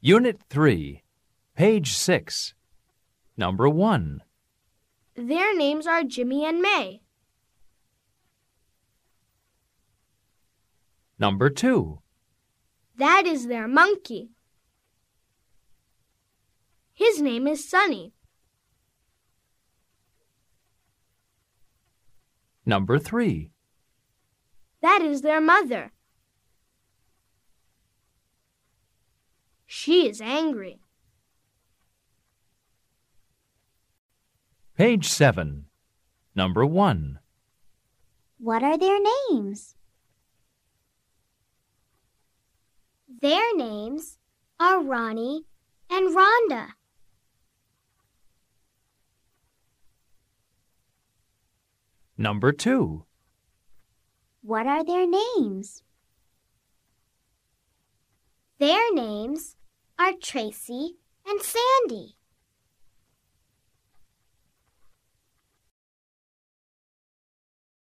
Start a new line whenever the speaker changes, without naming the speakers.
Unit 3, page 6, number 1.
Their names are Jimmy and May.
Number 2,
That is their monkey. His name is Sunny.
number 3,
That is their mother. She is angry.
page 7, number 1.
What are their names?
Their names are Ronnie and Rhonda.
Number 2,
What are their names?
Their names are Tracy and Sandy.